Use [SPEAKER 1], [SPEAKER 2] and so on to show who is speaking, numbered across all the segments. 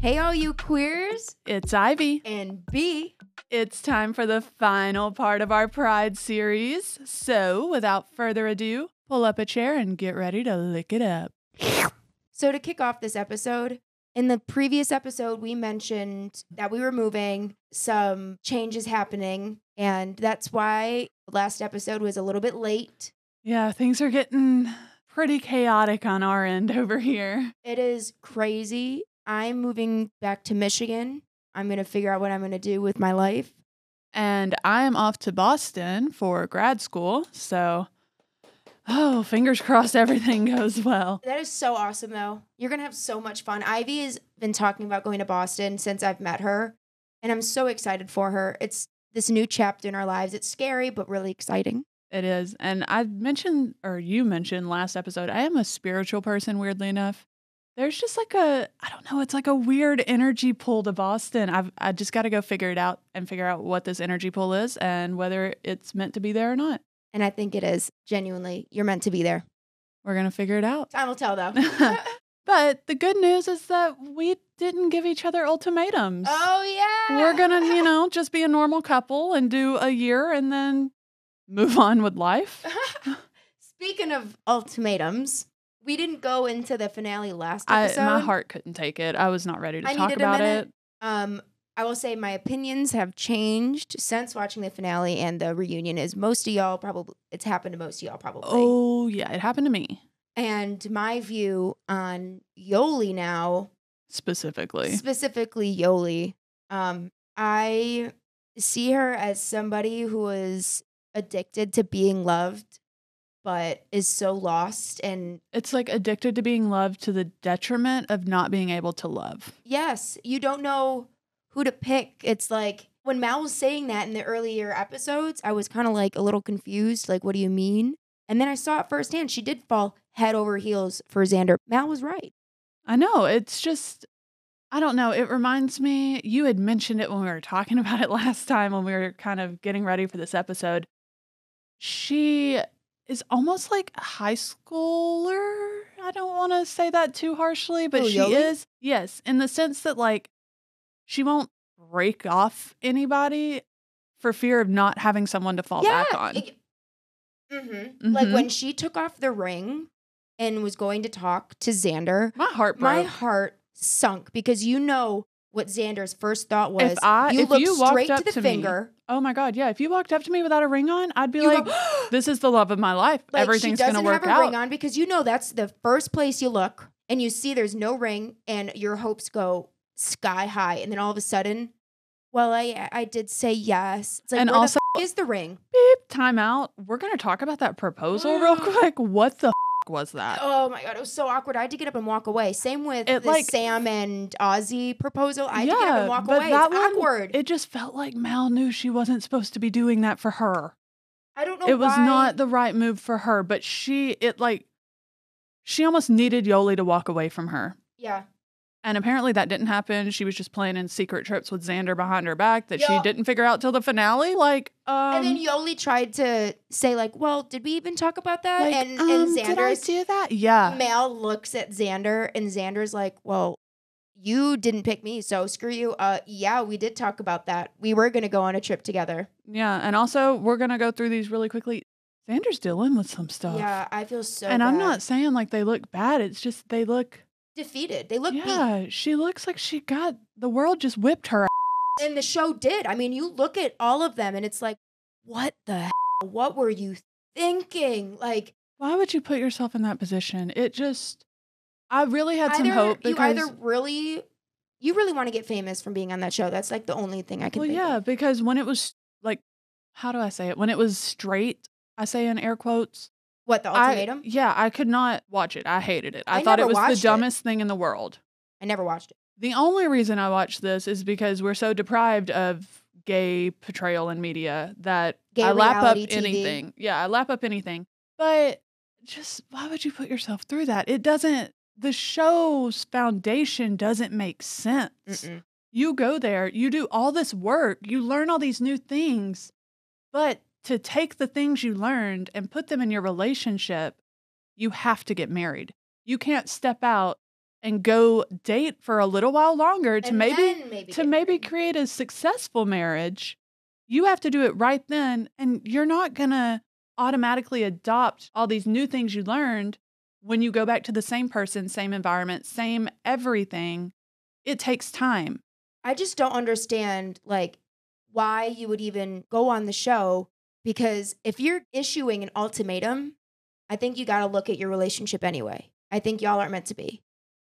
[SPEAKER 1] Hey, all you queers
[SPEAKER 2] It's Ivy.
[SPEAKER 1] and B.
[SPEAKER 2] It's time for the final part of our Pride series. So, without further ado, pull up a chair and get ready to lick it up.
[SPEAKER 1] So, to kick off this episode, in the previous episode, we mentioned that we were moving, some changes happening, and that's why last episode was a little bit late.
[SPEAKER 2] Yeah, things are getting pretty chaotic on our end over here.
[SPEAKER 1] It is crazy. I'm moving back to Michigan. I'm going to figure out what I'm going to do with my life.
[SPEAKER 2] And I am off to Boston for grad school. So, oh, fingers crossed everything goes well.
[SPEAKER 1] That is so awesome, though. You're going to have so much fun. Ivy has been talking about going to Boston since I've met her, and I'm so excited for her. It's this new chapter in our lives. It's scary, but really exciting.
[SPEAKER 2] It is. And I mentioned, or you mentioned last episode, I am a spiritual person, weirdly enough. There's just like a, I don't know, it's like a weird energy pull to Boston. I've I just got to go figure it out and figure out what this energy pull is and whether it's meant to be there or not.
[SPEAKER 1] And I think it is genuinely, you're meant to be there.
[SPEAKER 2] We're going to figure it out.
[SPEAKER 1] Time will tell, though.
[SPEAKER 2] But the good news is that we didn't give each other ultimatums.
[SPEAKER 1] oh, yeah.
[SPEAKER 2] We're going to, you know, just be a normal couple and do a year and then move on with life.
[SPEAKER 1] Speaking of ultimatums, we didn't go into the finale last
[SPEAKER 2] I,
[SPEAKER 1] episode.
[SPEAKER 2] my heart couldn't take it. I was not ready to
[SPEAKER 1] I
[SPEAKER 2] talk
[SPEAKER 1] needed a
[SPEAKER 2] about
[SPEAKER 1] minute.
[SPEAKER 2] it.
[SPEAKER 1] Um, I will say my opinions have changed since watching the finale and the reunion. Is most of y'all probably it's happened to most of y'all probably.
[SPEAKER 2] Oh, yeah. It happened to me
[SPEAKER 1] And my view on Yoli now,
[SPEAKER 2] specifically.
[SPEAKER 1] specifically Yoli, um, I see her as somebody who is addicted to being loved, but is so lost. And
[SPEAKER 2] it's like addicted to being loved to the detriment of not being able to love.
[SPEAKER 1] yes, you don't know who to pick. It's like when Mal was saying that in the earlier episodes, I was kind of like a little confused. Like, what do you mean? And then I saw it firsthand. She did fall head over heels for Xander. Mal was right.
[SPEAKER 2] I know. It's just, I don't know. It reminds me, you had mentioned it when we were talking about it last time when we were kind of getting ready for this episode. She is almost like a high schooler. I don't want to say that too harshly, but
[SPEAKER 1] Who,
[SPEAKER 2] she
[SPEAKER 1] Yoli?
[SPEAKER 2] is, yes, in the sense that like she won't break off anybody for fear of not having someone to fall back on.
[SPEAKER 1] hmm Like
[SPEAKER 2] Mhm.
[SPEAKER 1] when she took off the ring and was going to talk to Xander,
[SPEAKER 2] My heart
[SPEAKER 1] my
[SPEAKER 2] broke.
[SPEAKER 1] heart sunk because you know what Xander's first thought was.
[SPEAKER 2] If I-
[SPEAKER 1] you
[SPEAKER 2] if
[SPEAKER 1] look
[SPEAKER 2] you walked
[SPEAKER 1] straight
[SPEAKER 2] up
[SPEAKER 1] to the
[SPEAKER 2] to me,
[SPEAKER 1] finger.
[SPEAKER 2] Oh my god, yeah. If you walked up to me without a ring on, I'd be
[SPEAKER 1] You
[SPEAKER 2] like,
[SPEAKER 1] go,
[SPEAKER 2] "This is the love of my life.
[SPEAKER 1] like,
[SPEAKER 2] Everything's
[SPEAKER 1] she doesn't
[SPEAKER 2] gonna work
[SPEAKER 1] have a ring
[SPEAKER 2] out."
[SPEAKER 1] on because you know that's the first place you look and you see there's no ring and your hopes go sky high and then all of a sudden, well, I I did say yes. It's like
[SPEAKER 2] And
[SPEAKER 1] where
[SPEAKER 2] also-
[SPEAKER 1] the f- is the ring?
[SPEAKER 2] Beep, time out. We're gonna talk about that proposal real quick. What the f- was that?
[SPEAKER 1] Oh my god, it was so awkward. I had to get up and walk away. Same with
[SPEAKER 2] It,
[SPEAKER 1] the
[SPEAKER 2] like-
[SPEAKER 1] Sam and Ozzy proposal. I had to get up and walk
[SPEAKER 2] but
[SPEAKER 1] away.
[SPEAKER 2] that
[SPEAKER 1] it's
[SPEAKER 2] one,
[SPEAKER 1] awkward.
[SPEAKER 2] It just felt like Mal knew she wasn't supposed to be doing that for her.
[SPEAKER 1] I don't know.
[SPEAKER 2] it was
[SPEAKER 1] why.
[SPEAKER 2] not the right move for her, but she it like she almost needed Yoli to walk away from her.
[SPEAKER 1] Yeah,
[SPEAKER 2] And apparently that didn't happen. She was just planning secret trips with Xander behind her back that
[SPEAKER 1] Yeah.
[SPEAKER 2] she didn't figure out till the finale. Like, um,
[SPEAKER 1] and then Yoli tried to say like, "Well, did we even talk about that?"
[SPEAKER 2] Like,
[SPEAKER 1] and
[SPEAKER 2] um,
[SPEAKER 1] and
[SPEAKER 2] did I
[SPEAKER 1] Xander's
[SPEAKER 2] do that? Yeah.
[SPEAKER 1] Mal looks at Xander, and Xander's like, "Well, you didn't pick me, so screw you." Uh, yeah, we did talk about that. We were gonna go on a trip together.
[SPEAKER 2] Yeah. And also, we're going to go through these really quickly. Xander's dealing with some stuff.
[SPEAKER 1] Yeah, I feel so.
[SPEAKER 2] and I'm
[SPEAKER 1] bad.
[SPEAKER 2] not saying like they look bad. It's just they look.
[SPEAKER 1] defeated. They look beat.
[SPEAKER 2] yeah. She looks like she got the world just whipped her. a-
[SPEAKER 1] and the show did. I mean, you look at all of them and it's like, what the hell? What were you thinking? Like,
[SPEAKER 2] Why would you put yourself in that position? It just. I really had some
[SPEAKER 1] either
[SPEAKER 2] hope
[SPEAKER 1] you
[SPEAKER 2] because.
[SPEAKER 1] either really, you really want to get famous from being on that show. That's like the only thing I can
[SPEAKER 2] well,
[SPEAKER 1] think
[SPEAKER 2] yeah,
[SPEAKER 1] of.
[SPEAKER 2] because when it was like, how do I say it? When it was straight, I say in air quotes,
[SPEAKER 1] What, the
[SPEAKER 2] I-
[SPEAKER 1] ultimatum? I,
[SPEAKER 2] yeah, I could not watch it. I hated it. I,
[SPEAKER 1] I
[SPEAKER 2] thought it
[SPEAKER 1] never
[SPEAKER 2] was
[SPEAKER 1] watched
[SPEAKER 2] the
[SPEAKER 1] it.
[SPEAKER 2] dumbest thing in the world.
[SPEAKER 1] never watched it.
[SPEAKER 2] The only reason I watched this is because we're so deprived of gay portrayal in media that
[SPEAKER 1] Gay
[SPEAKER 2] I lap up
[SPEAKER 1] reality TV.
[SPEAKER 2] anything. Yeah, I lap up anything. But just why would you put yourself through that? It doesn't the show's foundation doesn't make sense.
[SPEAKER 1] Mm-mm.
[SPEAKER 2] You go there, you do all this work, you learn all these new things, but to take the things you learned and put them in your relationship, you have to get married. You can't step out and go date for a little while longer to
[SPEAKER 1] And
[SPEAKER 2] maybe
[SPEAKER 1] then maybe
[SPEAKER 2] to
[SPEAKER 1] get
[SPEAKER 2] maybe
[SPEAKER 1] married.
[SPEAKER 2] create a successful marriage, you have to do it right then. And you're not going to automatically adopt all these new things you learned when you go back to the same person, same environment, same everything. It takes time.
[SPEAKER 1] I just don't understand like why you would even go on the show because if you're issuing an ultimatum, I think you got to look at your relationship anyway. I think y'all aren't meant to be.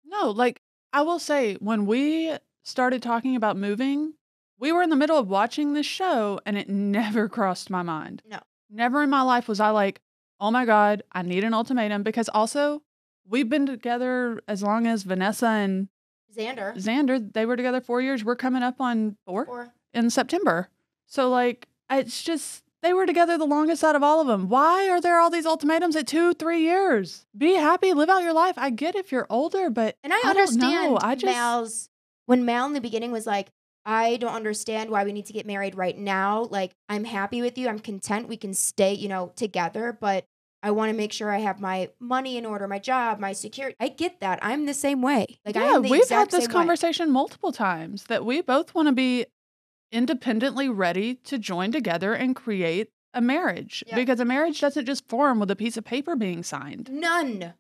[SPEAKER 2] No, like I will say, when we started talking about moving, we were in the middle of watching this show and it never crossed my mind.
[SPEAKER 1] No.
[SPEAKER 2] Never in my life was I like, oh my God, I need an ultimatum. Because also, we've been together as long as Vanessa and
[SPEAKER 1] Xander
[SPEAKER 2] Xander, they were together four years. We're coming up on four
[SPEAKER 1] or
[SPEAKER 2] in September. So, like, it's just, they were together the longest out of all of them. Why are there all these ultimatums at two, three years? Be happy, live out your life. I get if you're older, but
[SPEAKER 1] and I,
[SPEAKER 2] I don't know.
[SPEAKER 1] understand
[SPEAKER 2] I just-
[SPEAKER 1] Mal's when Mal in the beginning was like, I don't understand why we need to get married right now. Like, I'm happy with you. I'm content. We can stay, you know, together, but I want to make sure I have my money in order, my job, my security. I get that. I'm the same way. Like, I
[SPEAKER 2] yeah,
[SPEAKER 1] am the
[SPEAKER 2] we've had
[SPEAKER 1] exact
[SPEAKER 2] this
[SPEAKER 1] same way.
[SPEAKER 2] conversation multiple times that we both want to be independently ready to join together and create a marriage
[SPEAKER 1] Yeah.
[SPEAKER 2] because a marriage doesn't just form with a piece of paper being signed.
[SPEAKER 1] None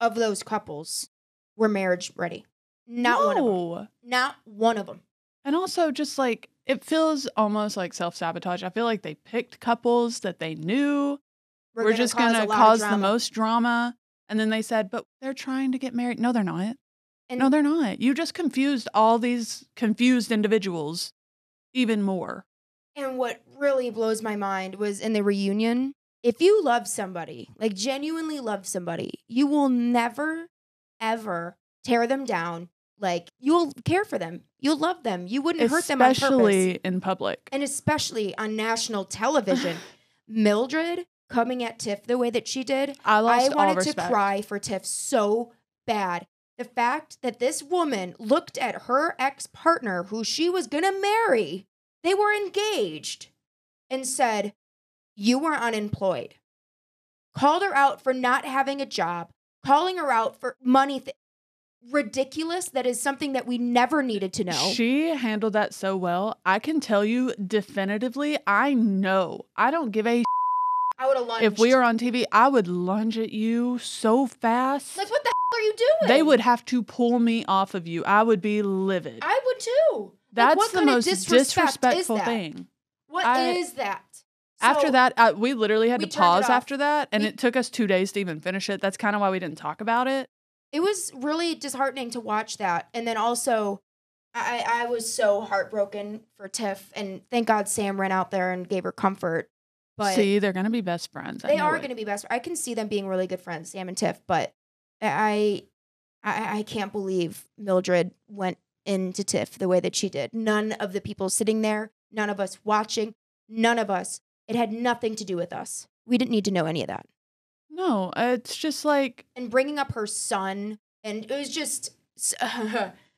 [SPEAKER 1] of those couples were marriage ready. Not one of them.
[SPEAKER 2] No.
[SPEAKER 1] Not one of them.
[SPEAKER 2] And also, just like it feels almost like self sabotage. I feel like they picked couples that they knew were just going
[SPEAKER 1] a
[SPEAKER 2] to
[SPEAKER 1] lot of
[SPEAKER 2] cause the
[SPEAKER 1] drama.
[SPEAKER 2] most drama. And then they said, but they're trying to get married. No, they're not.
[SPEAKER 1] And
[SPEAKER 2] no, they're not. You just confused all these confused individuals even more.
[SPEAKER 1] And what really blows my mind was in the reunion. If you love somebody, like genuinely love somebody, you will never, ever tear them down. Like you'll care for them, you'll love them, you wouldn't hurt them on purpose.
[SPEAKER 2] especially in public.
[SPEAKER 1] And especially on national television, Mildred coming at Tiff the way that she did,
[SPEAKER 2] I lost
[SPEAKER 1] I
[SPEAKER 2] all
[SPEAKER 1] wanted to
[SPEAKER 2] respect.
[SPEAKER 1] cry for Tiff so bad. The fact that this woman looked at her ex partner, who she was going to marry, they were engaged, and said, You were unemployed. Called her out for not having a job, calling her out for money. Th- ridiculous. That is something that we never needed to know.
[SPEAKER 2] She handled that so well. I can tell you definitively. I know. I don't give a
[SPEAKER 1] I would have lunged.
[SPEAKER 2] if we were on TV. I would lunge at you so fast.
[SPEAKER 1] Like, what the hell are you doing?
[SPEAKER 2] They would have to pull me off of you. I would be livid.
[SPEAKER 1] I would too.
[SPEAKER 2] That's
[SPEAKER 1] like, what
[SPEAKER 2] the
[SPEAKER 1] kind of
[SPEAKER 2] most
[SPEAKER 1] disrespect is
[SPEAKER 2] disrespectful
[SPEAKER 1] that?
[SPEAKER 2] thing.
[SPEAKER 1] What is
[SPEAKER 2] I-
[SPEAKER 1] that?
[SPEAKER 2] after
[SPEAKER 1] So-
[SPEAKER 2] that, I, we literally had
[SPEAKER 1] we
[SPEAKER 2] to
[SPEAKER 1] turned it
[SPEAKER 2] pause
[SPEAKER 1] off.
[SPEAKER 2] after that, and
[SPEAKER 1] We-
[SPEAKER 2] it took us two days to even finish it. That's kind of why we didn't talk about it.
[SPEAKER 1] it was really disheartening to watch that. And then also, I, I was so heartbroken for Tiff, and thank God Sam ran out there and gave her comfort. But
[SPEAKER 2] See, they're gonna be best friends. I
[SPEAKER 1] they
[SPEAKER 2] know
[SPEAKER 1] are
[SPEAKER 2] it.
[SPEAKER 1] going to be best. I can see them being really good friends, Sam and Tiff. But I, I, I can't believe Mildred went into Tiff the way that she did. None of the people sitting there, none of us watching, none of us. It had nothing to do with us. We didn't need to know any of that.
[SPEAKER 2] No, it's just like
[SPEAKER 1] and bringing up her son and it was just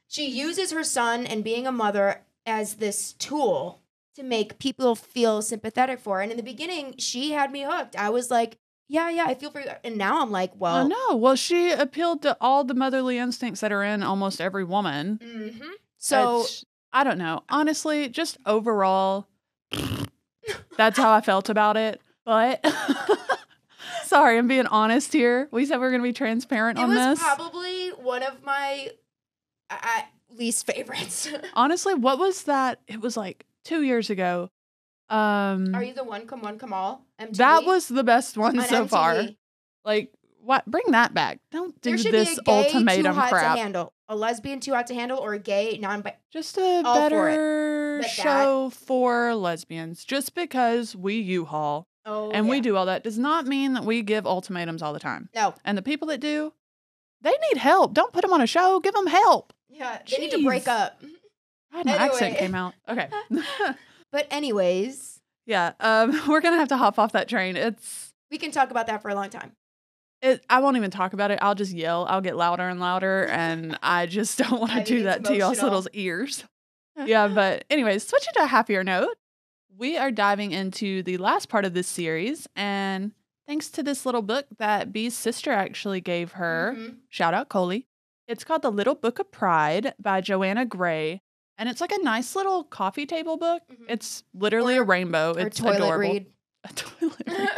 [SPEAKER 1] she uses her son and being a mother as this tool to make people feel sympathetic for her. and in the beginning she had me hooked i was like yeah yeah i feel for you and now i'm like
[SPEAKER 2] Well,
[SPEAKER 1] well
[SPEAKER 2] Oh, no. Well, she appealed to all the motherly instincts that are in almost every woman.
[SPEAKER 1] mhm. so
[SPEAKER 2] It's- I don't know. Honestly, just overall, that's how I felt about it. But sorry, I'm being honest here. We said we are going to be transparent
[SPEAKER 1] it
[SPEAKER 2] on
[SPEAKER 1] was
[SPEAKER 2] this.
[SPEAKER 1] probably one of my I, I- least favorites
[SPEAKER 2] honestly, what was that? It was like two years ago. Um,
[SPEAKER 1] are you the one come one come all MTV?
[SPEAKER 2] that was the best one
[SPEAKER 1] On
[SPEAKER 2] so far.
[SPEAKER 1] MTV.
[SPEAKER 2] Like, what? Bring that back. Don't do
[SPEAKER 1] there should
[SPEAKER 2] this
[SPEAKER 1] be a gay
[SPEAKER 2] ultimatum
[SPEAKER 1] too hot
[SPEAKER 2] crap.
[SPEAKER 1] to handle a lesbian too hot to handle or a gay non
[SPEAKER 2] Just a
[SPEAKER 1] All for it.
[SPEAKER 2] better
[SPEAKER 1] But that-
[SPEAKER 2] show for lesbians. Just because we U-Haul
[SPEAKER 1] oh
[SPEAKER 2] and we
[SPEAKER 1] yeah.
[SPEAKER 2] do all that does not mean that we give ultimatums all the time.
[SPEAKER 1] no
[SPEAKER 2] And the people that do, they need help. Don't put them on a show. Give them help.
[SPEAKER 1] Yeah, they need to break
[SPEAKER 2] Jeez.
[SPEAKER 1] up.
[SPEAKER 2] God, my accent
[SPEAKER 1] Anyway.
[SPEAKER 2] came out. Okay.
[SPEAKER 1] But anyways,
[SPEAKER 2] yeah. Um, we're gonna have to hop off that train. It's
[SPEAKER 1] we can talk about that for a long time.
[SPEAKER 2] it, I won't even talk about it. I'll just yell. I'll get louder and louder, and I just don't want
[SPEAKER 1] I
[SPEAKER 2] to
[SPEAKER 1] mean,
[SPEAKER 2] do
[SPEAKER 1] it's
[SPEAKER 2] that to y'all's
[SPEAKER 1] emotional.
[SPEAKER 2] little ears. yeah, but anyways, switching to a happier note, we are diving into the last part of this series, and thanks to this little book that Bee's sister actually gave her,
[SPEAKER 1] Mhm.
[SPEAKER 2] shout out Coley, It's called The Little Book of Pride by Joanna Gray. And it's like a nice little coffee table book.
[SPEAKER 1] Mhm.
[SPEAKER 2] It's literally
[SPEAKER 1] Or-
[SPEAKER 2] a rainbow.
[SPEAKER 1] or
[SPEAKER 2] it's
[SPEAKER 1] toilet
[SPEAKER 2] adorable.
[SPEAKER 1] read.
[SPEAKER 2] A toilet read.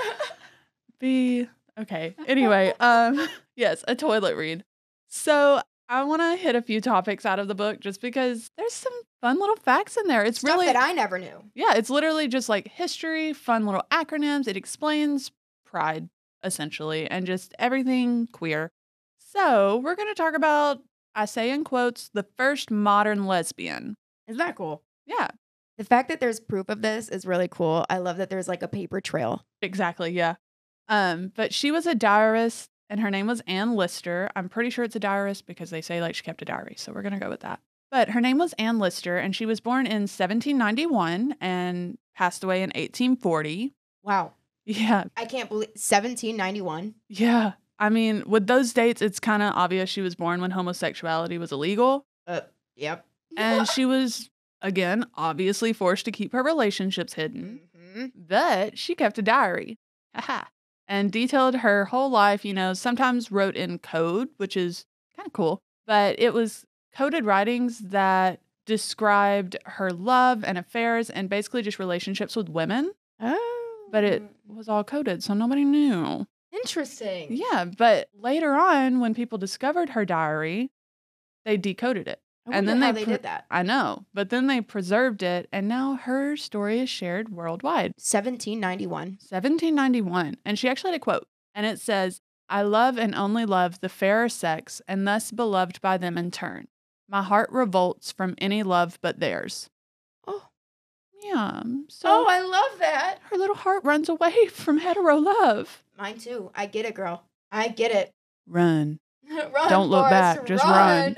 [SPEAKER 2] Be okay. Anyway, um, yes, a toilet read. So I want to hit a few topics out of the book just because there's some fun little facts in there. It's
[SPEAKER 1] Stuff
[SPEAKER 2] really
[SPEAKER 1] that I never knew.
[SPEAKER 2] yeah, it's literally just like history, fun little acronyms. It explains pride essentially and just everything queer. So, we're going to talk about I say in quotes the first modern lesbian.
[SPEAKER 1] Isn't that cool?
[SPEAKER 2] Yeah,
[SPEAKER 1] The fact that there's proof of this is really cool. I love that there's like a paper trail.
[SPEAKER 2] exactly, yeah. Um, but she was a diarist and her name was Anne Lister. I'm pretty sure it's a diarist because they say like she kept a diary, so we're going to go with that. But her name was Anne Lister and she was born in 1791 and passed away in 1840.
[SPEAKER 1] Wow.
[SPEAKER 2] Yeah,
[SPEAKER 1] I can't believe 1791.
[SPEAKER 2] Yeah. I mean, with those dates, it's kind of obvious she was born when homosexuality was illegal.
[SPEAKER 1] Uh, yep.
[SPEAKER 2] And she was, again, obviously forced to keep her relationships hidden.
[SPEAKER 1] Mhm.
[SPEAKER 2] But she kept a diary. Aha. And detailed her whole life, you know, sometimes wrote in code, which is kind of cool. But it was coded writings that described her love and affairs and basically just relationships with women.
[SPEAKER 1] Oh.
[SPEAKER 2] But it was all coded, so nobody knew.
[SPEAKER 1] interesting.
[SPEAKER 2] Yeah, but later on, when people discovered her diary, they decoded it.
[SPEAKER 1] I
[SPEAKER 2] and
[SPEAKER 1] wonder
[SPEAKER 2] then
[SPEAKER 1] how
[SPEAKER 2] they
[SPEAKER 1] they
[SPEAKER 2] pr-
[SPEAKER 1] did that.
[SPEAKER 2] I know, but then they preserved it, and now her story is shared worldwide.
[SPEAKER 1] 1791.
[SPEAKER 2] 1791, and she actually had a quote, and it says, I love and only love the fairer sex, and thus beloved by them in turn. My heart revolts from any love but theirs.
[SPEAKER 1] Oh.
[SPEAKER 2] Yeah. So
[SPEAKER 1] oh, I love that.
[SPEAKER 2] her little heart runs away from hetero love.
[SPEAKER 1] Mine too. I get it, girl. I get it.
[SPEAKER 2] Run.
[SPEAKER 1] run,
[SPEAKER 2] don't look
[SPEAKER 1] Forrest,
[SPEAKER 2] back, just run.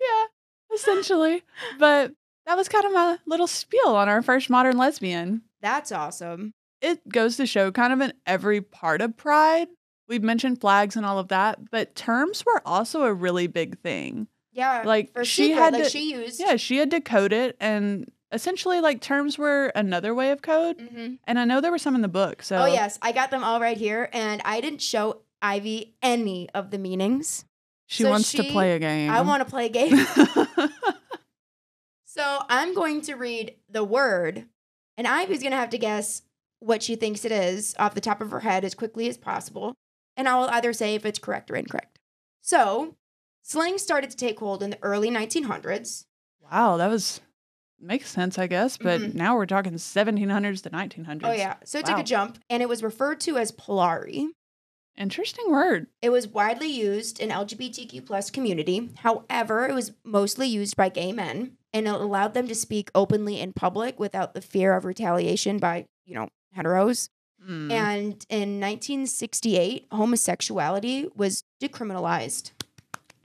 [SPEAKER 2] yeah, essentially. But that was kind of my little spiel on our first modern lesbian.
[SPEAKER 1] That's awesome.
[SPEAKER 2] It goes to show kind of in every part of pride. We've mentioned flags and all of that, but terms were also a really big thing.
[SPEAKER 1] Yeah.
[SPEAKER 2] Like
[SPEAKER 1] for
[SPEAKER 2] she
[SPEAKER 1] secret,
[SPEAKER 2] had
[SPEAKER 1] like
[SPEAKER 2] to,
[SPEAKER 1] she used.
[SPEAKER 2] yeah, she had to code it and essentially like terms were another way of code.
[SPEAKER 1] Mhm.
[SPEAKER 2] And I know there were some in the book. So
[SPEAKER 1] Oh yes, I got them all right here, and I didn't show Ivy any of the meanings.
[SPEAKER 2] she
[SPEAKER 1] So
[SPEAKER 2] wants to
[SPEAKER 1] she-
[SPEAKER 2] play a game.
[SPEAKER 1] I want to play a game, so I'm going to read the word, and Ivy's gonna have to guess what she thinks it is off the top of her head as quickly as possible, and I will either say if it's correct or incorrect. So, slang started to take hold in the early 1900s.
[SPEAKER 2] Wow, that was makes sense, I guess. But
[SPEAKER 1] Mhm.
[SPEAKER 2] now we're talking 1700s to 1900s.
[SPEAKER 1] Oh yeah, so it took
[SPEAKER 2] wow.
[SPEAKER 1] a jump, and it was referred to as polari.
[SPEAKER 2] interesting word.
[SPEAKER 1] It was widely used in LGBTQ plus community. However, it was mostly used by gay men and it allowed them to speak openly in public without the fear of retaliation by, you know, heteros.
[SPEAKER 2] Hmm.
[SPEAKER 1] And in 1968, homosexuality was decriminalized.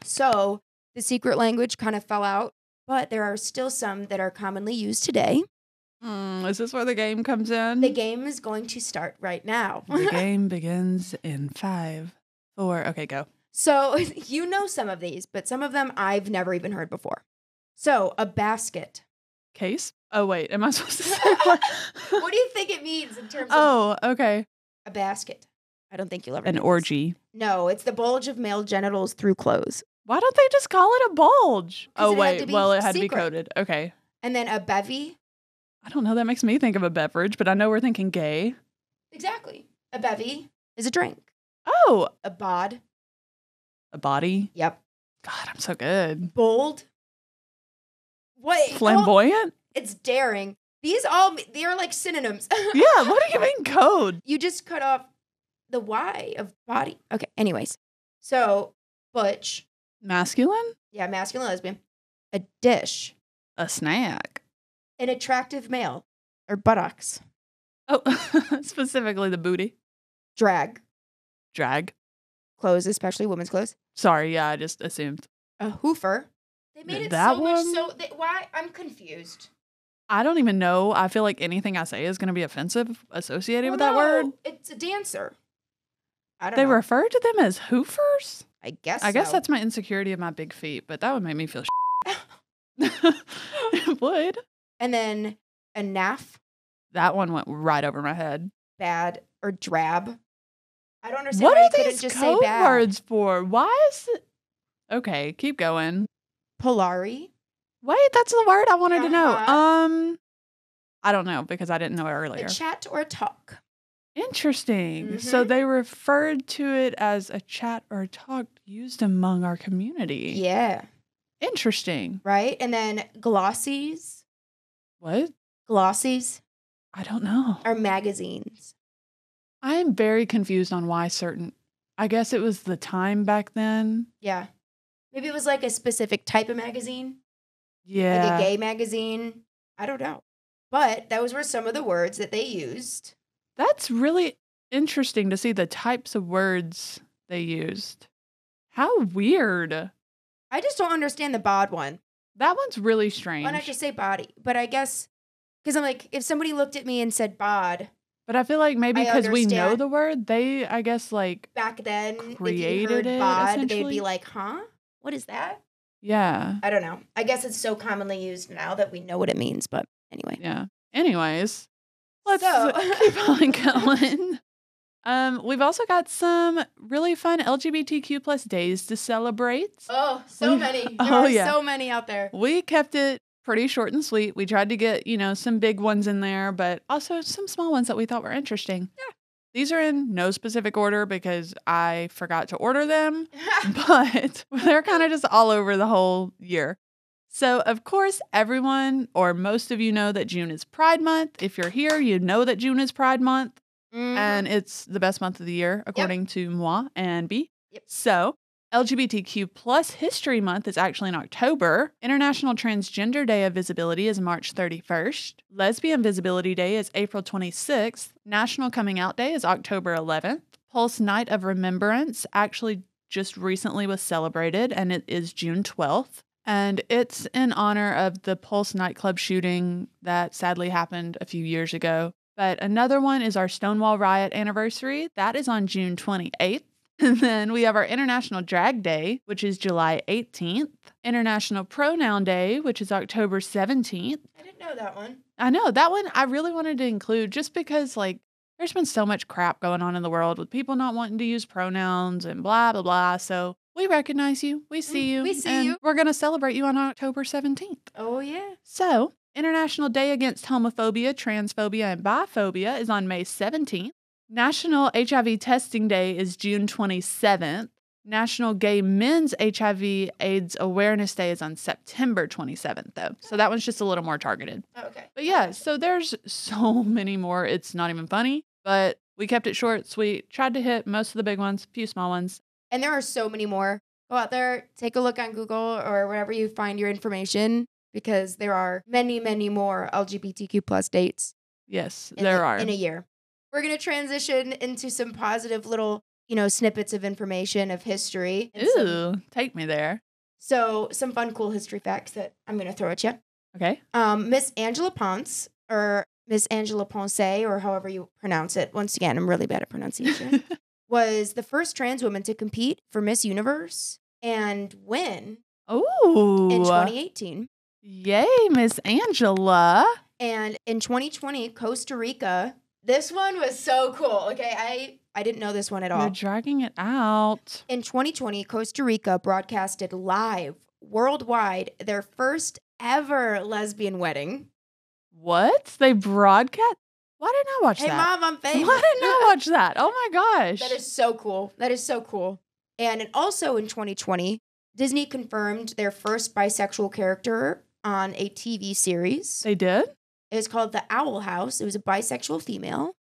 [SPEAKER 1] So the secret language kind of fell out, but there are still some that are commonly used today.
[SPEAKER 2] Hmm, is this where the game comes in?
[SPEAKER 1] The game is going to start right now.
[SPEAKER 2] The game begins in five, four. Okay, go.
[SPEAKER 1] So you know some of these, but some of them I've never even heard before. So a basket.
[SPEAKER 2] Case. Oh wait, am I supposed to say? what?
[SPEAKER 1] What do you think it means in terms of
[SPEAKER 2] oh, okay.
[SPEAKER 1] a basket? I don't think you'll ever
[SPEAKER 2] An
[SPEAKER 1] get this.
[SPEAKER 2] orgy.
[SPEAKER 1] No, it's the bulge of male genitals through clothes.
[SPEAKER 2] Why don't they just call it a bulge?
[SPEAKER 1] 'Cause
[SPEAKER 2] Oh
[SPEAKER 1] it had to
[SPEAKER 2] wait,
[SPEAKER 1] be
[SPEAKER 2] well it had to
[SPEAKER 1] secret.
[SPEAKER 2] be coded. Okay.
[SPEAKER 1] And then a bevy.
[SPEAKER 2] I don't know. That makes me think of a beverage, but I know we're thinking gay.
[SPEAKER 1] Exactly. A bevy is a drink.
[SPEAKER 2] Oh,
[SPEAKER 1] A bod.
[SPEAKER 2] a body.
[SPEAKER 1] Yep.
[SPEAKER 2] God, I'm so good.
[SPEAKER 1] Bold. What?
[SPEAKER 2] Flamboyant.
[SPEAKER 1] It's daring. These all they are like synonyms.
[SPEAKER 2] yeah, what do you mean code?
[SPEAKER 1] You just cut off the Y of body. Okay, anyways. So, butch,
[SPEAKER 2] Masculine?
[SPEAKER 1] yeah, masculine lesbian, a dish,
[SPEAKER 2] A snack.
[SPEAKER 1] an attractive male, or buttocks,
[SPEAKER 2] Oh, specifically the booty.
[SPEAKER 1] drag,
[SPEAKER 2] Drag.
[SPEAKER 1] clothes, especially women's clothes,
[SPEAKER 2] Sorry, yeah, I just assumed.
[SPEAKER 1] a hoofer. They made
[SPEAKER 2] Th-
[SPEAKER 1] it
[SPEAKER 2] that
[SPEAKER 1] so much
[SPEAKER 2] one?
[SPEAKER 1] so that why I'm confused.
[SPEAKER 2] I don't even know. I feel like anything I say is going to be offensive associated with
[SPEAKER 1] Well,
[SPEAKER 2] that word.
[SPEAKER 1] Oh, no, It's a dancer. I don't
[SPEAKER 2] They
[SPEAKER 1] know.
[SPEAKER 2] refer to them as hoofers.
[SPEAKER 1] I guess
[SPEAKER 2] I guess
[SPEAKER 1] so.
[SPEAKER 2] that's my insecurity of my big feet, but that would make me feel. it would.
[SPEAKER 1] And then a naff,
[SPEAKER 2] That one went right over my head.
[SPEAKER 1] bad, or drab. I don't understand
[SPEAKER 2] What
[SPEAKER 1] why
[SPEAKER 2] are
[SPEAKER 1] you couldn't
[SPEAKER 2] these
[SPEAKER 1] just say
[SPEAKER 2] code
[SPEAKER 1] bad.
[SPEAKER 2] words for? Why is it? Okay, keep going.
[SPEAKER 1] Polari.
[SPEAKER 2] Wait, that's the word I wanted to know.
[SPEAKER 1] Uh-huh.
[SPEAKER 2] Um, I don't know because I didn't know it
[SPEAKER 1] A
[SPEAKER 2] earlier.
[SPEAKER 1] chat or a talk.
[SPEAKER 2] Interesting. So
[SPEAKER 1] Mhm.
[SPEAKER 2] they referred to it as a chat or talk used among our community.
[SPEAKER 1] Yeah.
[SPEAKER 2] Interesting.
[SPEAKER 1] Right? And then glossies.
[SPEAKER 2] What?
[SPEAKER 1] Glossies
[SPEAKER 2] I don't know.
[SPEAKER 1] are magazines.
[SPEAKER 2] I am very confused on why certain. I guess it was the time back then.
[SPEAKER 1] Yeah. Maybe it was like a specific type of magazine,
[SPEAKER 2] Yeah.
[SPEAKER 1] like a gay magazine. I don't know. But those were some of the words that they used.
[SPEAKER 2] That's really interesting to see the types of words they used. How weird.
[SPEAKER 1] I just don't understand the bod one.
[SPEAKER 2] That one's really strange.
[SPEAKER 1] Why not just say body? But I guess because I'm like, if somebody looked at me and said bod
[SPEAKER 2] but I feel like maybe
[SPEAKER 1] I
[SPEAKER 2] because we know
[SPEAKER 1] understand.
[SPEAKER 2] the word, they, I guess, like,
[SPEAKER 1] back then, if you
[SPEAKER 2] Created
[SPEAKER 1] heard
[SPEAKER 2] it,
[SPEAKER 1] bod, they'd
[SPEAKER 2] essentially?
[SPEAKER 1] be like, huh? What is that?
[SPEAKER 2] yeah,
[SPEAKER 1] I don't know. I guess it's so commonly used now that we know what it means. But anyway,
[SPEAKER 2] yeah. Anyways, let's
[SPEAKER 1] So-
[SPEAKER 2] keep on going. Um, we've also got some really fun LGBTQ plus days to celebrate.
[SPEAKER 1] oh, so
[SPEAKER 2] We-
[SPEAKER 1] many. There
[SPEAKER 2] Oh,
[SPEAKER 1] are
[SPEAKER 2] yeah.
[SPEAKER 1] so many out there.
[SPEAKER 2] We kept it pretty short and sweet. We tried to get, you know, some big ones in there, but also some small ones that we thought were interesting. Yeah. These are in no specific order because I forgot to order them, but they're kind of just all over the whole year. So, of course, everyone or most of you know that June is Pride Month. If you're here, you know that June is Pride Month
[SPEAKER 1] Mhm.
[SPEAKER 2] and it's the best month of the year according to moi and b
[SPEAKER 1] Yep.
[SPEAKER 2] so lgbtq plus history month is actually in october international transgender day of visibility is march 31st lesbian visibility day is april 26th national coming out day is october 11th pulse night of remembrance actually just recently was celebrated and it is june 12th and it's in honor of the Pulse nightclub shooting that sadly happened a few years ago. But another one is our Stonewall Riot anniversary. That is on June 28th. And then we have our International Drag Day, which is July 18th, International Pronoun Day, which is October 17th.
[SPEAKER 1] I didn't know that one.
[SPEAKER 2] I know that one I really wanted to include just because, like, there's been so much crap going on in the world with people not wanting to use pronouns and blah, blah, blah. So we recognize you. We see
[SPEAKER 1] Mm,
[SPEAKER 2] you.
[SPEAKER 1] we see
[SPEAKER 2] and
[SPEAKER 1] you.
[SPEAKER 2] We're going to celebrate you on October 17th.
[SPEAKER 1] Oh yeah.
[SPEAKER 2] So, International Day Against Homophobia, Transphobia, and Biphobia is on May 17th. National HIV Testing Day is June 27th. National Gay Men's HIV AIDS Awareness Day is on September 27th, though. So that one's just a little more targeted.
[SPEAKER 1] Oh, Okay.
[SPEAKER 2] But yeah, so there's so many more. It's not even funny, but we kept it short, sweet, tried to hit most of the big ones, few small ones.
[SPEAKER 1] And there are so many more. Go out there, take a look on Google or wherever you find your information because there are many, many more LGBTQ plus dates
[SPEAKER 2] Yes,
[SPEAKER 1] in
[SPEAKER 2] there
[SPEAKER 1] a,
[SPEAKER 2] are.
[SPEAKER 1] in a year. We're gonna transition into some positive little, you know, snippets of information of history. and some-
[SPEAKER 2] Ooh, take me there.
[SPEAKER 1] so some fun, cool history facts that I'm gonna throw at you.
[SPEAKER 2] Okay.
[SPEAKER 1] Um, Miss Angela Ponce or Miss Angela Ponce or however you pronounce it. Once again, I'm really bad at pronunciation. was the first trans woman to compete for Miss Universe and win
[SPEAKER 2] Ooh. uh.
[SPEAKER 1] in 2018.
[SPEAKER 2] Yay, Miss Angela.
[SPEAKER 1] And in 2020, Costa Rica. This one was so cool. Okay, I I didn't know this one at
[SPEAKER 2] You're
[SPEAKER 1] all.
[SPEAKER 2] dragging it out.
[SPEAKER 1] In 2020, Costa Rica broadcasted live worldwide their first ever lesbian wedding.
[SPEAKER 2] What? They broadcast? Why didn't I watch
[SPEAKER 1] Hey,
[SPEAKER 2] that?
[SPEAKER 1] mom, I'm famous.
[SPEAKER 2] Why didn't I watch that? Oh my gosh.
[SPEAKER 1] That is so cool. That is so cool. And it- also in 2020, Disney confirmed their first bisexual character on a TV series.
[SPEAKER 2] they did?
[SPEAKER 1] It was called The Owl House. It was a bisexual female.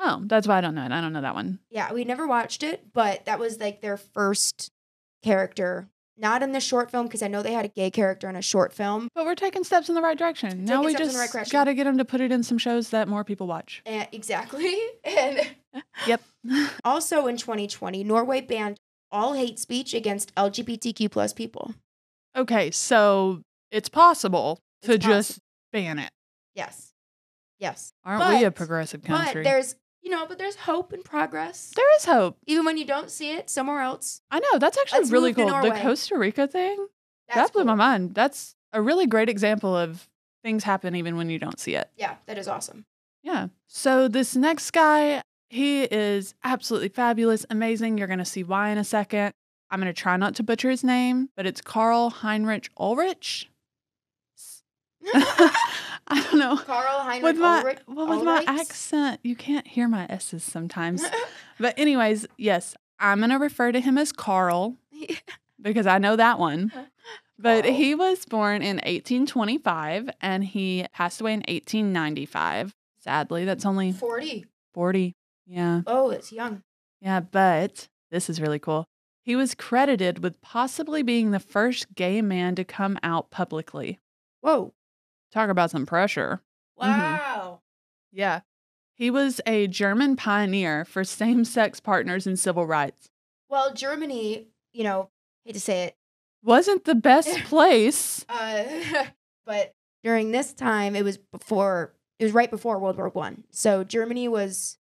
[SPEAKER 2] Oh, that's why I don't know it. I don't know that one.
[SPEAKER 1] Yeah, we never watched it, but that was like their first character. Not in the short film, because I know they had a gay character in a short film.
[SPEAKER 2] But we're taking steps in the right direction. now
[SPEAKER 1] Taking
[SPEAKER 2] we
[SPEAKER 1] steps in the
[SPEAKER 2] just
[SPEAKER 1] right direction.
[SPEAKER 2] gotta get them to put it in some shows that more people watch.
[SPEAKER 1] Eh, exactly. And
[SPEAKER 2] Yep.
[SPEAKER 1] also in 2020, Norway banned all hate speech against LGBTQ plus people.
[SPEAKER 2] Okay, so it's possible to
[SPEAKER 1] It's
[SPEAKER 2] just ban it.
[SPEAKER 1] Yes. Yes.
[SPEAKER 2] Aren't we a
[SPEAKER 1] But-
[SPEAKER 2] progressive country?
[SPEAKER 1] But there's, you know, but there's hope and progress.
[SPEAKER 2] there is hope.
[SPEAKER 1] Even when you don't see it somewhere else.
[SPEAKER 2] I know that's actually
[SPEAKER 1] Let's
[SPEAKER 2] really
[SPEAKER 1] move to
[SPEAKER 2] cool. The
[SPEAKER 1] Norway.
[SPEAKER 2] Costa Rica thing.
[SPEAKER 1] That's
[SPEAKER 2] that blew my
[SPEAKER 1] cool.
[SPEAKER 2] mind. That's a really great example of things happen even when you don't see it.
[SPEAKER 1] Yeah, that is awesome.
[SPEAKER 2] Yeah. So this next guy, he is absolutely fabulous, amazing. You're going to see why in a second. I'm going to try not to butcher his name, but it's Carl Heinrich Ulrich. I don't know.
[SPEAKER 1] Carl Heinrich
[SPEAKER 2] With my
[SPEAKER 1] Ulrich.
[SPEAKER 2] well, with my
[SPEAKER 1] Ulrichs?
[SPEAKER 2] accent, you can't hear my s's sometimes. but anyways, yes, I'm going to refer to him as Carl because I know that one. But
[SPEAKER 1] Carl.
[SPEAKER 2] he was born in 1825 and he passed away in 1895. Sadly, that's only
[SPEAKER 1] 40.
[SPEAKER 2] 40. Yeah.
[SPEAKER 1] Oh, it's young.
[SPEAKER 2] Yeah, but this is really cool. He was credited with possibly being the first gay man to come out publicly.
[SPEAKER 1] Whoa.
[SPEAKER 2] Talk about some pressure. Mm-hmm.
[SPEAKER 1] Wow.
[SPEAKER 2] Yeah. He was a German pioneer for same sex partners and civil rights.
[SPEAKER 1] Well, Germany, you know, hate to say it,
[SPEAKER 2] Wasn't the best place.
[SPEAKER 1] uh, but during this time, it was before, it was right before World War One. So Germany was,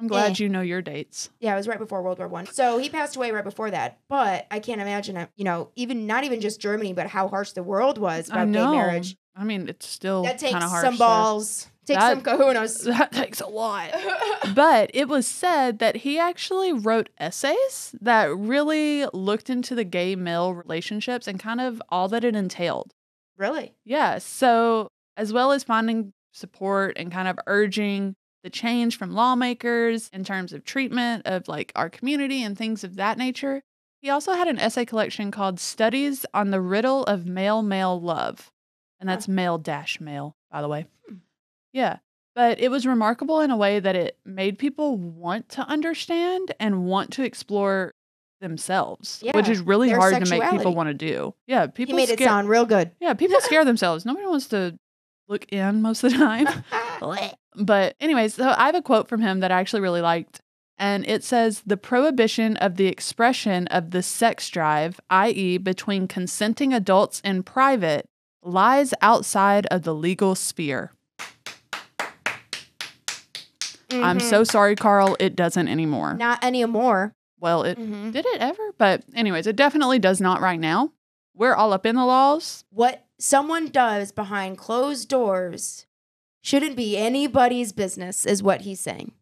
[SPEAKER 2] I'm glad you know your dates.
[SPEAKER 1] yeah, it was right before World War One. So he passed away right before that. But I can't imagine, uh, you know, even not even just Germany, but how harsh the world was
[SPEAKER 2] I
[SPEAKER 1] about gay
[SPEAKER 2] know.
[SPEAKER 1] marriage.
[SPEAKER 2] I mean, it's still
[SPEAKER 1] That takes
[SPEAKER 2] kind of hard.
[SPEAKER 1] some balls, takes some kahunas.
[SPEAKER 2] That takes a lot. But it was said that he actually wrote essays that really looked into the gay male relationships and kind of all that it entailed.
[SPEAKER 1] really?
[SPEAKER 2] Yeah. So, as well as finding support and kind of urging the change from lawmakers in terms of treatment of like our community and things of that nature, he also had an essay collection called Studies on the Riddle of Male Male Love. And that's male dash male, by the way.
[SPEAKER 1] Hmm.
[SPEAKER 2] Yeah. But it was remarkable in a way that it made people want to understand and want to explore themselves, which
[SPEAKER 1] Yeah,
[SPEAKER 2] is really
[SPEAKER 1] their
[SPEAKER 2] hard to make people
[SPEAKER 1] sexuality.
[SPEAKER 2] want to do. Yeah, people
[SPEAKER 1] he made
[SPEAKER 2] sca-
[SPEAKER 1] it sound real good.
[SPEAKER 2] yeah, people scare themselves. Nobody wants to look in most of the time. But, anyways, so I have a quote from him that I actually really liked. And it says The prohibition of the expression of the sex drive, i.e., between consenting adults in private, lies outside of the legal sphere. I'm
[SPEAKER 1] Mhm.
[SPEAKER 2] so sorry, Carl. It doesn't anymore.
[SPEAKER 1] not anymore.
[SPEAKER 2] well, it
[SPEAKER 1] Mhm.
[SPEAKER 2] did it ever? But, anyways, it definitely does not right now. We're all up in the laws.
[SPEAKER 1] what someone does behind closed doors shouldn't be anybody's business is what he's saying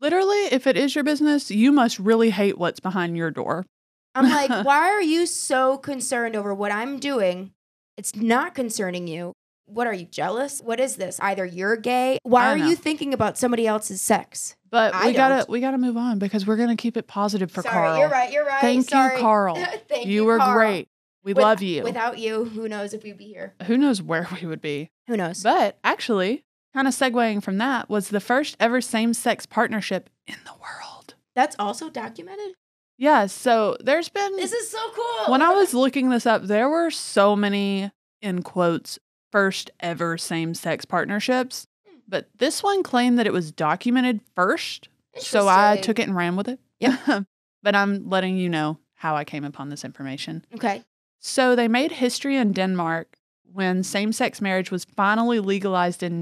[SPEAKER 2] Literally, if it is your business, you must really hate what's behind your door.
[SPEAKER 1] i'm like why are you so concerned over what i'm doing it's not concerning you what are you jealous what is this either you're gay why
[SPEAKER 2] I
[SPEAKER 1] are
[SPEAKER 2] know.
[SPEAKER 1] you thinking about somebody else's sex
[SPEAKER 2] But
[SPEAKER 1] I
[SPEAKER 2] we gotta
[SPEAKER 1] don't.
[SPEAKER 2] we gotta move on because we're gonna keep it positive for
[SPEAKER 1] sorry
[SPEAKER 2] Carl.
[SPEAKER 1] you're right you're right
[SPEAKER 2] Thank
[SPEAKER 1] sorry.
[SPEAKER 2] you, Carl.
[SPEAKER 1] Thank
[SPEAKER 2] you were
[SPEAKER 1] Carl.
[SPEAKER 2] great. We
[SPEAKER 1] With-
[SPEAKER 2] love you.
[SPEAKER 1] without you who knows if we'd be here
[SPEAKER 2] Who knows where we would be?
[SPEAKER 1] who knows
[SPEAKER 2] But actually, kind of segueing from that was the first ever same-sex partnership in the world.
[SPEAKER 1] that's also documented
[SPEAKER 2] Yeah. So there's been
[SPEAKER 1] this is so cool
[SPEAKER 2] when I was looking this up, there were so many, in quotes, first ever same sex partnerships.
[SPEAKER 1] Hmm.
[SPEAKER 2] But this one claimed that it was documented first. So I took it and ran with it. Yeah. but I'm letting you know how I came upon this information.
[SPEAKER 1] okay
[SPEAKER 2] So they made history in Denmark when same sex marriage was finally legalized in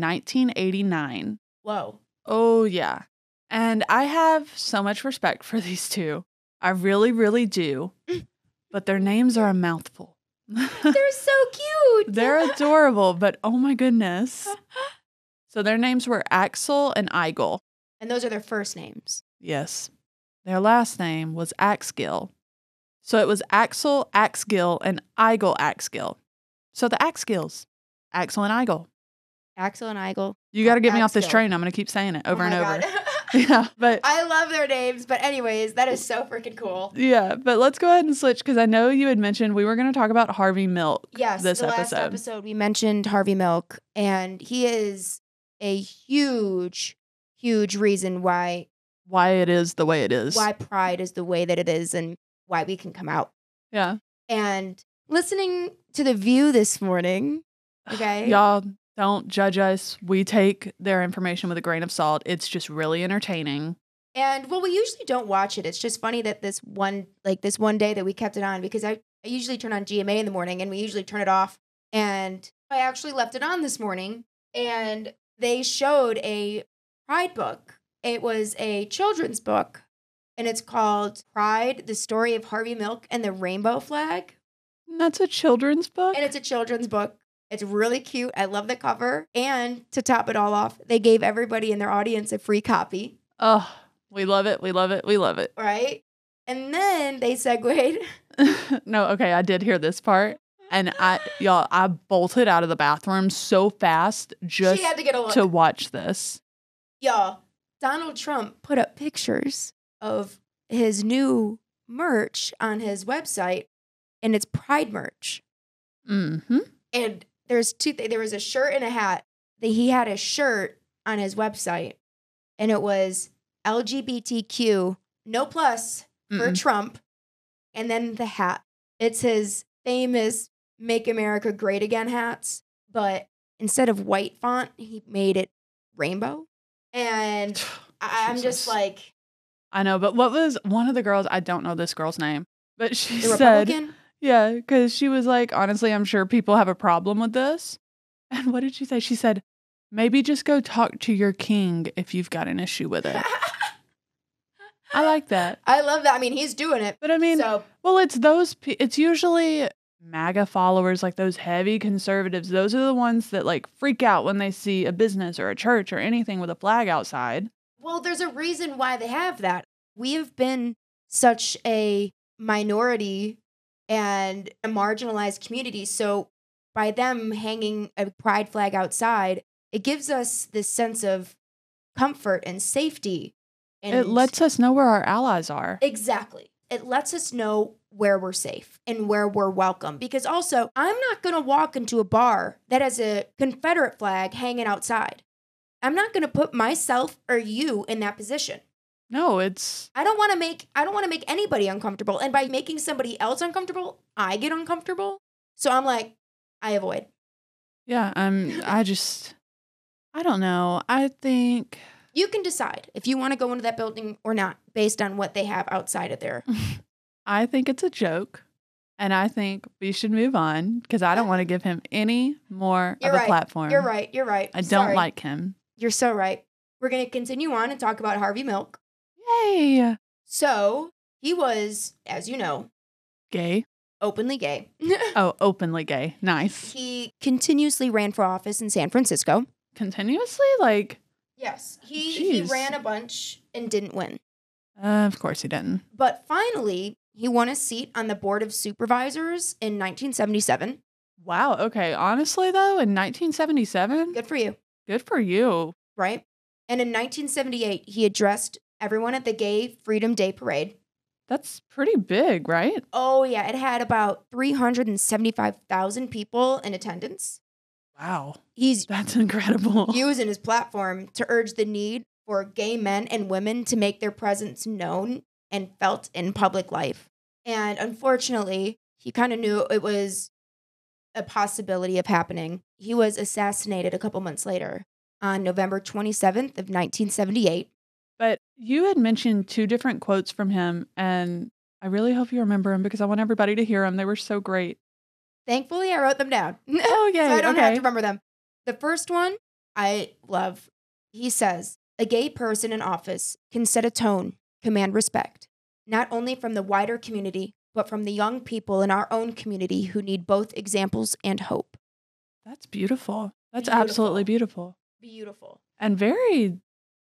[SPEAKER 2] 1989.
[SPEAKER 1] whoa
[SPEAKER 2] Oh, yeah. And I have so much respect for these two. I really, really do. but their names are a mouthful.
[SPEAKER 1] they're so cute
[SPEAKER 2] They're adorable, but oh my goodness. So their names were Axel and Igel.
[SPEAKER 1] And those are their first names.
[SPEAKER 2] Yes. Their last name was Axgill. So it was Axel Axgill and Igel Axgill. So the Axgills, Axel and Igel.
[SPEAKER 1] Axel and Igel.
[SPEAKER 2] You got to get me off this
[SPEAKER 1] Axgill.
[SPEAKER 2] train. I'm going to keep saying it over
[SPEAKER 1] Oh
[SPEAKER 2] and
[SPEAKER 1] my
[SPEAKER 2] over.
[SPEAKER 1] God.
[SPEAKER 2] yeah, but
[SPEAKER 1] I love their names, but anyways, that is so freaking cool.
[SPEAKER 2] Yeah, but let's go ahead and switch because I know you had mentioned we were going to talk about Harvey Milk.
[SPEAKER 1] Yes,
[SPEAKER 2] This
[SPEAKER 1] the last
[SPEAKER 2] episode.
[SPEAKER 1] episode. we mentioned Harvey Milk, and he is a huge, huge reason why
[SPEAKER 2] Why it is the way it is.
[SPEAKER 1] why pride is the way that it is, and why we can come out.
[SPEAKER 2] Yeah.
[SPEAKER 1] And listening to the View this morning, okay,
[SPEAKER 2] Y'all don't judge us. We take their information with a grain of salt. It's just really entertaining.
[SPEAKER 1] And well, we usually don't watch it. It's just funny that this one, like this one day that we kept it on because I, I usually turn on GMA in the morning and we usually turn it off. And I actually left it on this morning and they showed a pride book. It was a children's book and it's called Pride, the story of Harvey Milk and the Rainbow Flag.
[SPEAKER 2] And that's a children's book.
[SPEAKER 1] And it's a children's book. It's really cute. I love the cover. And to top it all off, they gave everybody in their audience a free copy.
[SPEAKER 2] oh, we love it. We love it. We love it.
[SPEAKER 1] right? And then they segued.
[SPEAKER 2] no, okay, I did hear this part. And I y'all, I bolted out of the bathroom so fast just
[SPEAKER 1] she had to get a look.
[SPEAKER 2] to watch this.
[SPEAKER 1] Y'all, Donald Trump put up pictures of his new merch on his website, and it's Pride merch.
[SPEAKER 2] Mm-hmm.
[SPEAKER 1] And there's two. Th- there was a shirt and a hat. That he had a shirt on his website, and it was LGBTQ no plus for Trump, and then the hat. It's his famous "Make America Great Again" hats, but instead of white font, he made it rainbow. And I- I'm
[SPEAKER 2] Jesus.
[SPEAKER 1] just like
[SPEAKER 2] I know, but what was one of the girls? I don't know this girl's name, but she
[SPEAKER 1] the
[SPEAKER 2] said,
[SPEAKER 1] Republican.
[SPEAKER 2] Yeah, because she was like, honestly, I'm sure people have a problem with this. And what did she say? She said, maybe just go talk to your king if you've got an issue with it. I like that.
[SPEAKER 1] I love that. I mean, he's doing it.
[SPEAKER 2] But I mean,
[SPEAKER 1] so
[SPEAKER 2] well, it's those, pe- it's usually MAGA followers, like those heavy conservatives. Those are the ones that like freak out when they see a business or a church or anything with a flag outside.
[SPEAKER 1] Well, there's a reason why they have that. We have been such a minority and a marginalized community. So, by them hanging a pride flag outside, it gives us this sense of comfort and safety. And
[SPEAKER 2] it lets us know where our allies are.
[SPEAKER 1] exactly. It lets us know where we're safe and where we're welcome. Because also, I'm not going to walk into a bar that has a Confederate flag hanging outside. I'm not going to put myself or you in that position.
[SPEAKER 2] no, it's,
[SPEAKER 1] I don't want to make I don't want to make anybody uncomfortable. And by making somebody else uncomfortable, I get uncomfortable. So I'm like, I avoid.
[SPEAKER 2] yeah, I'm, I just, I don't know. I think.
[SPEAKER 1] You can decide if you want to go into that building or not based on what they have outside of there.
[SPEAKER 2] Mm-hmm. I think it's a joke. And I think we should move on because I don't want to give him any more
[SPEAKER 1] You're
[SPEAKER 2] of a
[SPEAKER 1] right.
[SPEAKER 2] platform.
[SPEAKER 1] You're right. You're right.
[SPEAKER 2] I don't
[SPEAKER 1] Sorry.
[SPEAKER 2] like him.
[SPEAKER 1] You're so right. We're going to continue on and talk about Harvey Milk.
[SPEAKER 2] Yay.
[SPEAKER 1] So, he was, as you know,
[SPEAKER 2] Gay.
[SPEAKER 1] openly gay.
[SPEAKER 2] Oh, openly gay. Nice.
[SPEAKER 1] he continuously ran for office in San Francisco.
[SPEAKER 2] Continuously? Like,
[SPEAKER 1] Yes. He he
[SPEAKER 2] Jeez.
[SPEAKER 1] ran a bunch and didn't win.
[SPEAKER 2] uh, of course he didn't.
[SPEAKER 1] But finally, he won a seat on the Board of Supervisors in 1977.
[SPEAKER 2] Wow. Okay. Honestly, though, in 1977,
[SPEAKER 1] Good for you,
[SPEAKER 2] good for you.
[SPEAKER 1] right? And in 1978, he addressed everyone at the Gay Freedom Day Parade.
[SPEAKER 2] That's pretty big, right?
[SPEAKER 1] Oh, yeah, it had about 375,000 people in attendance.
[SPEAKER 2] Wow.
[SPEAKER 1] He's
[SPEAKER 2] That's incredible.
[SPEAKER 1] using his platform to urge the need for gay men and women to make their presence known and felt in public life. And unfortunately, he kind of knew it was a possibility of happening. He was assassinated a couple months later on November 27th of 1978.
[SPEAKER 2] But you had mentioned two different quotes from him, and I really hope you remember them because I want everybody to hear them. They were so great.
[SPEAKER 1] Thankfully, I wrote them down.
[SPEAKER 2] Oh, yeah.
[SPEAKER 1] so I don't have to remember them. The first one I love. He says, a gay person in office can set a tone, command respect, not only from the wider community, but from the young people in our own community who need both examples and hope.
[SPEAKER 2] That's beautiful. That's absolutely beautiful
[SPEAKER 1] Beautiful.
[SPEAKER 2] and very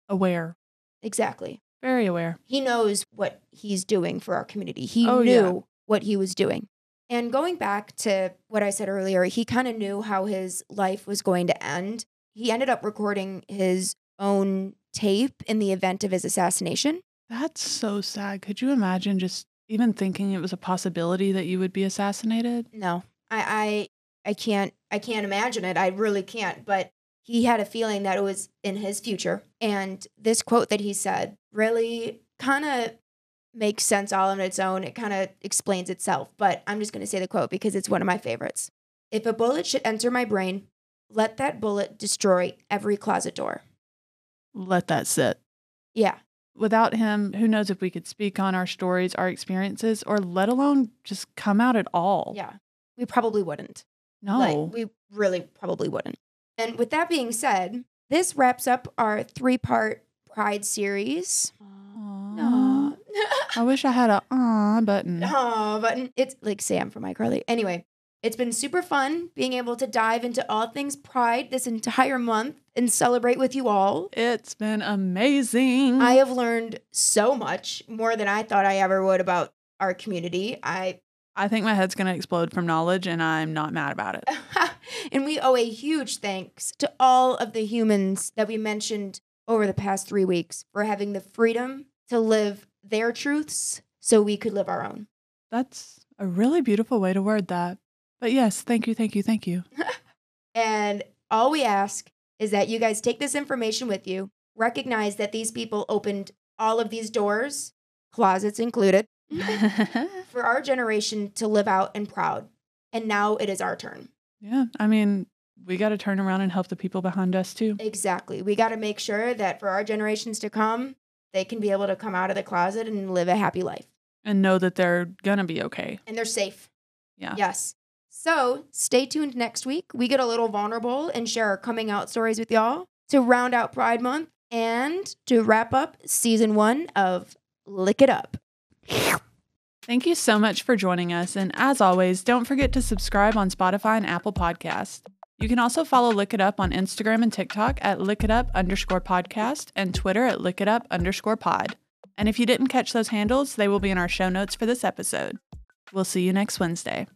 [SPEAKER 2] aware.
[SPEAKER 1] Exactly.
[SPEAKER 2] Very aware.
[SPEAKER 1] He knows what he's doing for our community. He
[SPEAKER 2] Oh,
[SPEAKER 1] knew
[SPEAKER 2] yeah.
[SPEAKER 1] what he was doing. And going back to what I said earlier, he kind of knew how his life was going to end. He ended up recording his own tape in the event of his assassination.
[SPEAKER 2] That's so sad. Could you imagine just even thinking it was a possibility that you would be assassinated?
[SPEAKER 1] No, I, I, I can't, I can't imagine it. I really can't. But he had a feeling that it was in his future. And this quote that he said really kind of makes sense all on its own. It kind of explains itself. But I'm just going to say the quote because it's one of my favorites. If a bullet should enter my brain, let that bullet destroy every closet door.
[SPEAKER 2] Let that sit.
[SPEAKER 1] Yeah,
[SPEAKER 2] Without him, who knows if we could speak on our stories, our experiences, or let alone just come out at all.
[SPEAKER 1] yeah. We probably wouldn't.
[SPEAKER 2] No.
[SPEAKER 1] Like, we really probably wouldn't. And with that being said, this wraps up our three part Pride series.
[SPEAKER 2] Aw.
[SPEAKER 1] No.
[SPEAKER 2] I wish I had a ah button.
[SPEAKER 1] Aw, but it's like Sam from iCarly. Anyway, It's been super fun being able to dive into all things Pride this entire month and celebrate with you all.
[SPEAKER 2] It's been amazing.
[SPEAKER 1] I have learned so much, more than I thought I ever would about our community. I
[SPEAKER 2] I think my head's going to explode from knowledge, and I'm not mad about it.
[SPEAKER 1] and we owe a huge thanks to all of the humans that we mentioned over the past 3 weeks for having the freedom to live their truths so we could live our own.
[SPEAKER 2] That's a really beautiful way to word that. But yes, thank you, thank you, thank you.
[SPEAKER 1] And all we ask is that you guys take this information with you, recognize that these people opened all of these doors, closets included, for our generation to live out and proud. And now it is our turn.
[SPEAKER 2] yeah, I mean, we got to turn around and help the people behind us too.
[SPEAKER 1] Exactly. We got to make sure that for our generations to come, they can be able to come out of the closet and live a happy life.
[SPEAKER 2] and know that they're gonna be okay.
[SPEAKER 1] And they're safe.
[SPEAKER 2] Yeah.
[SPEAKER 1] Yes. So stay tuned next week. We get a little vulnerable and share our coming out stories with y'all to round out Pride Month and to wrap up season one of Lick It Up.
[SPEAKER 2] Thank you so much for joining us. And as always, don't forget to subscribe on Spotify and Apple Podcast. You can also follow Lick It Up on Instagram and TikTok at Lick It Up underscore podcast and Twitter at Lick It Up underscore pod. And if you didn't catch those handles, they will be in our show notes for this episode. We'll see you next Wednesday.